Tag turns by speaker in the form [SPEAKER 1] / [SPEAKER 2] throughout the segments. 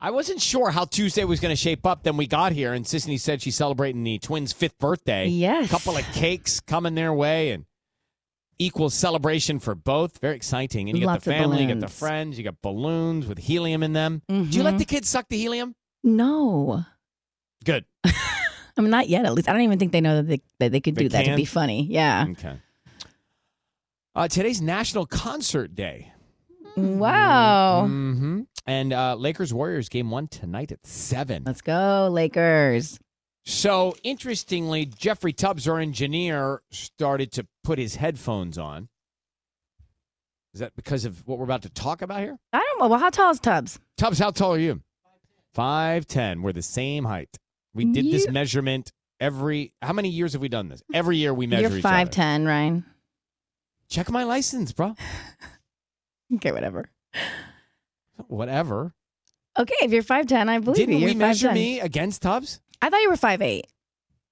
[SPEAKER 1] I wasn't sure how Tuesday was going to shape up. Then we got here, and Sisney said she's celebrating the twins' fifth birthday.
[SPEAKER 2] Yes.
[SPEAKER 1] A couple of cakes coming their way, and equal celebration for both. Very exciting. And you got
[SPEAKER 2] Lots of
[SPEAKER 1] the family, you got the
[SPEAKER 2] balloons.
[SPEAKER 1] friends, you got balloons with helium in them. Do you let
[SPEAKER 2] Mhm.
[SPEAKER 1] the kids suck the helium?
[SPEAKER 2] No.
[SPEAKER 1] Good.
[SPEAKER 2] I mean, not yet, at least. I don't even think they know that they, that they could
[SPEAKER 1] They
[SPEAKER 2] do that.
[SPEAKER 1] can? Mm.
[SPEAKER 2] It'd be funny. Yeah.
[SPEAKER 1] Okay. Uh, today's National Concert Day.
[SPEAKER 2] Mm. Wow.
[SPEAKER 1] hmm And uh, Lakers Warriors game one tonight at seven.
[SPEAKER 2] Let's go, Lakers.
[SPEAKER 1] So interestingly, Jeffrey Tubbs, our engineer, started to put his headphones on. Is that because of what we're about to talk about here?
[SPEAKER 2] I don't know. Well, how tall is Tubbs?
[SPEAKER 1] Tubbs, how tall are you? Five ten. We're the same height. We did this
[SPEAKER 2] You-
[SPEAKER 1] measurement every. How many years have we done this? Every year we measure.
[SPEAKER 2] You're
[SPEAKER 1] each
[SPEAKER 2] five
[SPEAKER 1] other.
[SPEAKER 2] ten, Ryan.
[SPEAKER 1] Check my license, bro.
[SPEAKER 2] Okay, whatever.
[SPEAKER 1] Whatever.
[SPEAKER 2] Okay, if you're five ten, I believe
[SPEAKER 1] Didn't
[SPEAKER 2] you. You're
[SPEAKER 1] we measure
[SPEAKER 2] 5'10".
[SPEAKER 1] me against Tubbs?
[SPEAKER 2] I thought you were five eight.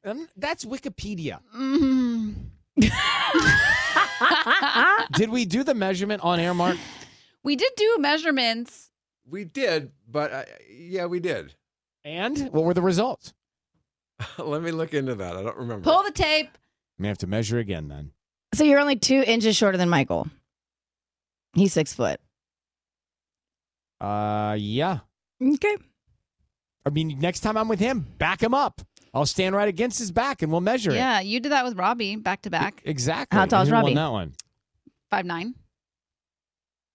[SPEAKER 1] Um, that's Wikipedia.
[SPEAKER 2] Mm.
[SPEAKER 1] Did we do the measurement on air, Mark?
[SPEAKER 3] We did do measurements.
[SPEAKER 4] We did, but uh, yeah, we did.
[SPEAKER 1] And what were the results?
[SPEAKER 4] Let me look into that. I don't remember.
[SPEAKER 3] Pull the tape.
[SPEAKER 1] We have to measure again then.
[SPEAKER 2] so you're only two inches shorter than Michael. He's six foot.
[SPEAKER 1] Uh, yeah.
[SPEAKER 2] Okay.
[SPEAKER 1] I mean, next time I'm with him, back him up. I'll stand right against his back and we'll measure it. E,
[SPEAKER 3] Yeah, you did that with Robbie back to back,
[SPEAKER 1] Exactly.
[SPEAKER 2] How tall is
[SPEAKER 1] Who won
[SPEAKER 2] Robbie?
[SPEAKER 1] that one.
[SPEAKER 3] five nine.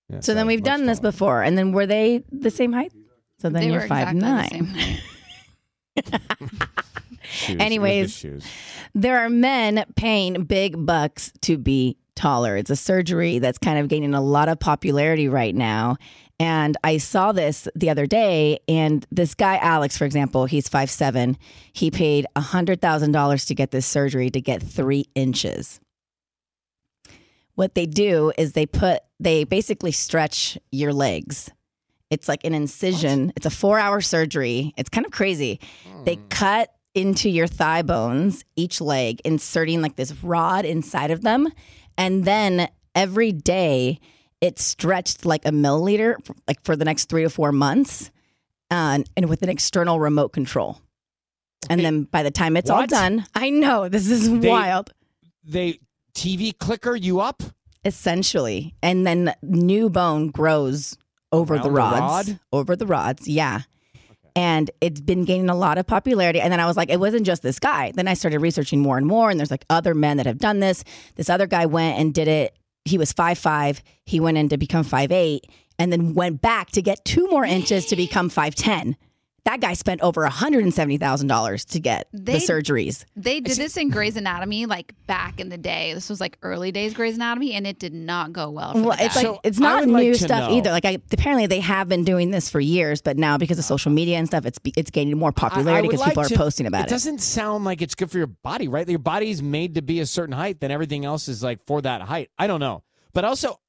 [SPEAKER 1] Yeah,
[SPEAKER 2] So then
[SPEAKER 1] sorry,
[SPEAKER 2] we've
[SPEAKER 1] much
[SPEAKER 2] done this
[SPEAKER 1] taller.
[SPEAKER 2] before, and then were they the same height? So then
[SPEAKER 3] they
[SPEAKER 2] you're
[SPEAKER 3] were
[SPEAKER 2] five
[SPEAKER 3] exactly the
[SPEAKER 2] nine.
[SPEAKER 3] same.
[SPEAKER 1] Shoes. It was
[SPEAKER 2] Anyways.
[SPEAKER 1] the shoes.
[SPEAKER 2] There are men paying big bucks to be taller. It's a surgery that's kind of gaining a lot of popularity right now. And I saw this the other day, and this guy, Alex, for example, he's 5'7. He paid $100,000 to get this surgery to get three inches. What they do is they put, they basically stretch your legs. It's like an incision, it's a four hour surgery. It's kind of crazy. They
[SPEAKER 1] Hmm.
[SPEAKER 2] cut into your thigh bones, each leg, inserting like this rod inside of them. And then every day it stretched like a milliliter, f- like for the next three to four months, and, and with an external remote control. And then by the time it's all
[SPEAKER 1] What?
[SPEAKER 2] done, I know this is
[SPEAKER 1] They-
[SPEAKER 2] wild,
[SPEAKER 1] They TV clicker you up
[SPEAKER 2] essentially. And then new bone grows over
[SPEAKER 1] Around the
[SPEAKER 2] the rods,
[SPEAKER 1] rod?
[SPEAKER 2] over the rods, yeah. And it's been gaining a lot of popularity. And then I was like, it wasn't just this guy. Then I started researching more and more. And there's like other men that have done this. This other guy went and did it. he was five five. He went in to become five eight, and then went back to get two more inches to become five ten. That guy spent over hundred and seventy thousand dollars to get
[SPEAKER 3] They-
[SPEAKER 2] the surgeries.
[SPEAKER 3] They did this in Grey's Anatomy, like back in the day. This was like early days Grey's Anatomy, and it did not go well. For
[SPEAKER 2] Well,
[SPEAKER 3] the
[SPEAKER 2] it's
[SPEAKER 3] guy.
[SPEAKER 2] like
[SPEAKER 1] So
[SPEAKER 2] it's
[SPEAKER 1] I
[SPEAKER 2] not
[SPEAKER 1] would like
[SPEAKER 2] new
[SPEAKER 1] to
[SPEAKER 2] stuff
[SPEAKER 1] know-
[SPEAKER 2] either. Like I, apparently they have been doing this for years, but now because of social media and stuff, it's be- it's gaining more
[SPEAKER 1] I- I
[SPEAKER 2] popularity
[SPEAKER 1] would
[SPEAKER 2] because
[SPEAKER 1] like
[SPEAKER 2] people
[SPEAKER 1] to-
[SPEAKER 2] are posting about
[SPEAKER 1] It
[SPEAKER 2] it.
[SPEAKER 1] doesn't sound like it's good for your body, right? Your body's made to be a certain height, then everything else is like for that height. I don't know. But also,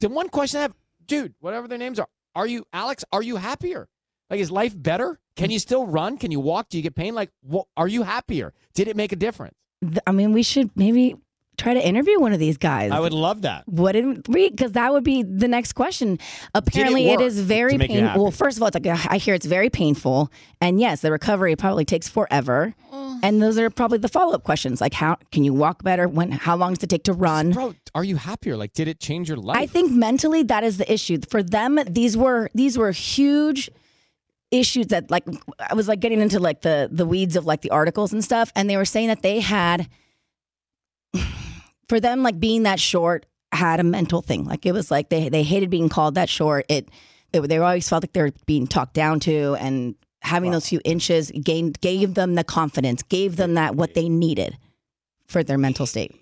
[SPEAKER 1] the one question I have, dude, whatever their names are, are you Alex? Are you happier? Like, is life better? Can you still run? Can you walk? Do you get pain? Like, wha- are you happier? Did it make a difference?
[SPEAKER 2] Th- I mean, we should maybe try to interview one of these guys.
[SPEAKER 1] I would love that.
[SPEAKER 2] Wouldn't we? Because that would be the next question. Apparently, it
[SPEAKER 1] work
[SPEAKER 2] is very
[SPEAKER 1] to make you happy?
[SPEAKER 2] painful. Well, first of all, it's like uh, I hear it's very painful, and yes, the recovery probably takes forever.
[SPEAKER 1] Mm.
[SPEAKER 2] And those are probably the follow up questions, like how can you walk better? When? How long does it take to run?
[SPEAKER 1] Bro, are you happier? Like, did it change your life?
[SPEAKER 2] I think mentally that is the issue for them. These were these were huge issues that like I was like getting into like the the weeds of like the articles and stuff, and they were saying that they had for them like being that short had a mental thing. Like it was like they they hated being called that short. It they, were- they always felt like they were being talked down to and. Having those few inches gained gave them the confidence, gave them that what they needed for their mental state.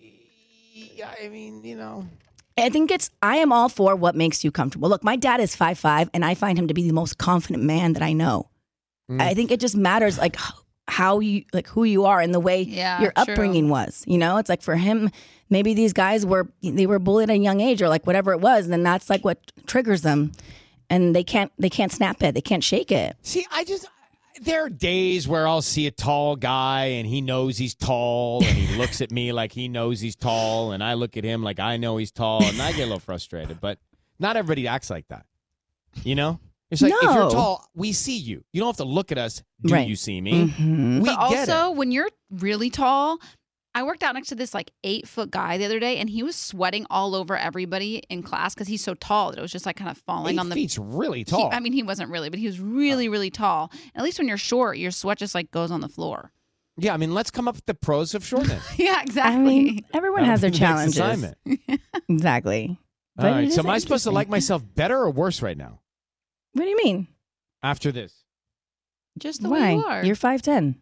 [SPEAKER 1] I mean, you know.
[SPEAKER 2] I think it's I am all for what makes you comfortable. Look, my dad is five five, and I find him to be the most confident man that I know.
[SPEAKER 1] Mm.
[SPEAKER 2] I think it just matters like h- how you like who you are and the way
[SPEAKER 3] Yeah,
[SPEAKER 2] your
[SPEAKER 3] true.
[SPEAKER 2] upbringing was. You know, it's like for him, maybe these guys were they were bullied at a young age or like whatever it was, and then that's like what triggers them, and they can't they can't snap it, they can't shake it.
[SPEAKER 1] See, I just there are days where I'll see a tall guy and he knows he's tall and he looks at me like he knows he's tall and I look at him like I know he's tall and I get a little frustrated, but not everybody acts like that. You know? It's like if you're
[SPEAKER 2] No.
[SPEAKER 1] tall, we see you. You don't have to look at us. Do
[SPEAKER 2] Right.
[SPEAKER 1] you see me?
[SPEAKER 2] Mhm.
[SPEAKER 1] We
[SPEAKER 3] but
[SPEAKER 1] get
[SPEAKER 3] also,
[SPEAKER 1] it.
[SPEAKER 3] when you're really tall, I worked out next to this like eight foot guy the other day, and he was sweating all over everybody in class because he's so tall that it was just like kind of falling
[SPEAKER 1] Eight
[SPEAKER 3] on the.
[SPEAKER 1] feet's really
[SPEAKER 3] he-
[SPEAKER 1] tall.
[SPEAKER 3] I mean, he wasn't really, but he was really, really tall. At least when you're short, your sweat just like goes on the floor.
[SPEAKER 1] yeah, I mean, let's come up with the pros of shortness.
[SPEAKER 3] yeah,
[SPEAKER 2] I
[SPEAKER 3] exactly.
[SPEAKER 2] mean, everyone has their
[SPEAKER 1] Next
[SPEAKER 2] challenges.
[SPEAKER 1] assignment.
[SPEAKER 2] Exactly. But
[SPEAKER 1] All
[SPEAKER 2] it
[SPEAKER 1] right.
[SPEAKER 2] is
[SPEAKER 1] So am I supposed to
[SPEAKER 2] interesting.
[SPEAKER 1] like myself better or worse right now
[SPEAKER 2] What do you mean?
[SPEAKER 1] after this?
[SPEAKER 3] just the way
[SPEAKER 2] Why?
[SPEAKER 3] you are.
[SPEAKER 2] You're five ten.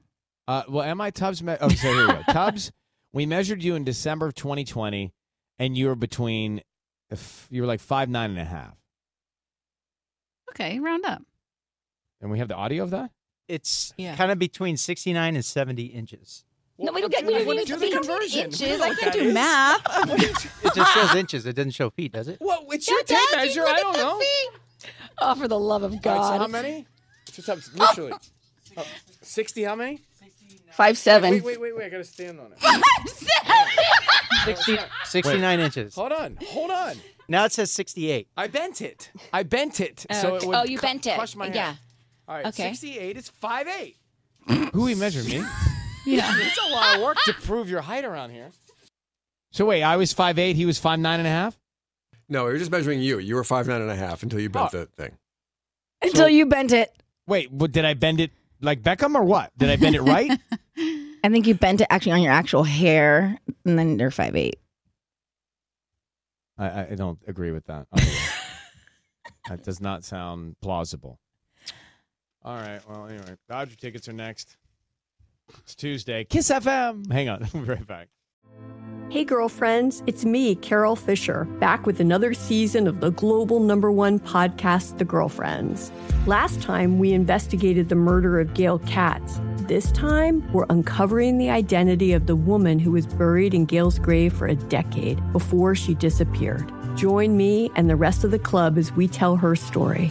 [SPEAKER 1] Uh, well, am I Tubbs? Me- oh, so here we go. Tubbs, we measured you in December of 2020, and you were between, if you were like five nine and a half.
[SPEAKER 3] okay, round up.
[SPEAKER 1] And we have the audio of that.
[SPEAKER 5] It's
[SPEAKER 3] Yeah.
[SPEAKER 5] kind of between 69 and 70 inches.
[SPEAKER 2] No, we don't get. We don't need to be conversion.
[SPEAKER 3] Inches. I can't do math.
[SPEAKER 5] It just shows inches. It doesn't show feet, does it?
[SPEAKER 1] Well, it's your tape measure. I don't know.
[SPEAKER 6] Oh, for the love of
[SPEAKER 1] All right, so
[SPEAKER 6] God.
[SPEAKER 1] how many? So Tubbs, literally. Oh, 60 how many?
[SPEAKER 6] Five seven.
[SPEAKER 1] Wait, wait, wait, wait. I got to stand on it.
[SPEAKER 5] 60, 69 inches.
[SPEAKER 1] Hold on. Hold on.
[SPEAKER 5] Now it says 68.
[SPEAKER 1] I bent it. I bent it. So it would
[SPEAKER 6] Oh, you bent it.
[SPEAKER 1] Crush my hand.
[SPEAKER 6] Yeah.
[SPEAKER 1] All right.
[SPEAKER 6] Okay.
[SPEAKER 1] 68 is five eight. Who we measured me?
[SPEAKER 3] yeah.
[SPEAKER 1] It's a lot of work to prove your height around here. So wait, I was five eight. He was five nine and a half.
[SPEAKER 4] No, we were just measuring you. You were five nine and a half until you bent the thing.
[SPEAKER 2] Until you bent it.
[SPEAKER 1] Wait, what, did I bend it like Beckham or what? Did I bend it right?
[SPEAKER 2] I think you bent it actually on your actual hair, and then you're five eight.
[SPEAKER 1] I, I don't agree with that. Okay. that does not sound plausible. All right. Well, anyway, Dodger tickets are next. It's Tuesday. Kiss FM. Hang on. We'll be right back.
[SPEAKER 6] Hey, girlfriends, it's me, Carol Fisher, back with another season of the global number one podcast, The Girlfriends. Last time, we investigated the murder of Gail Katz. This time, we're uncovering the identity of the woman who was buried in Gail's grave for a decade before she disappeared. Join me and the rest of the club as we tell her story.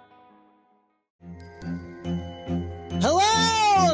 [SPEAKER 7] Hello,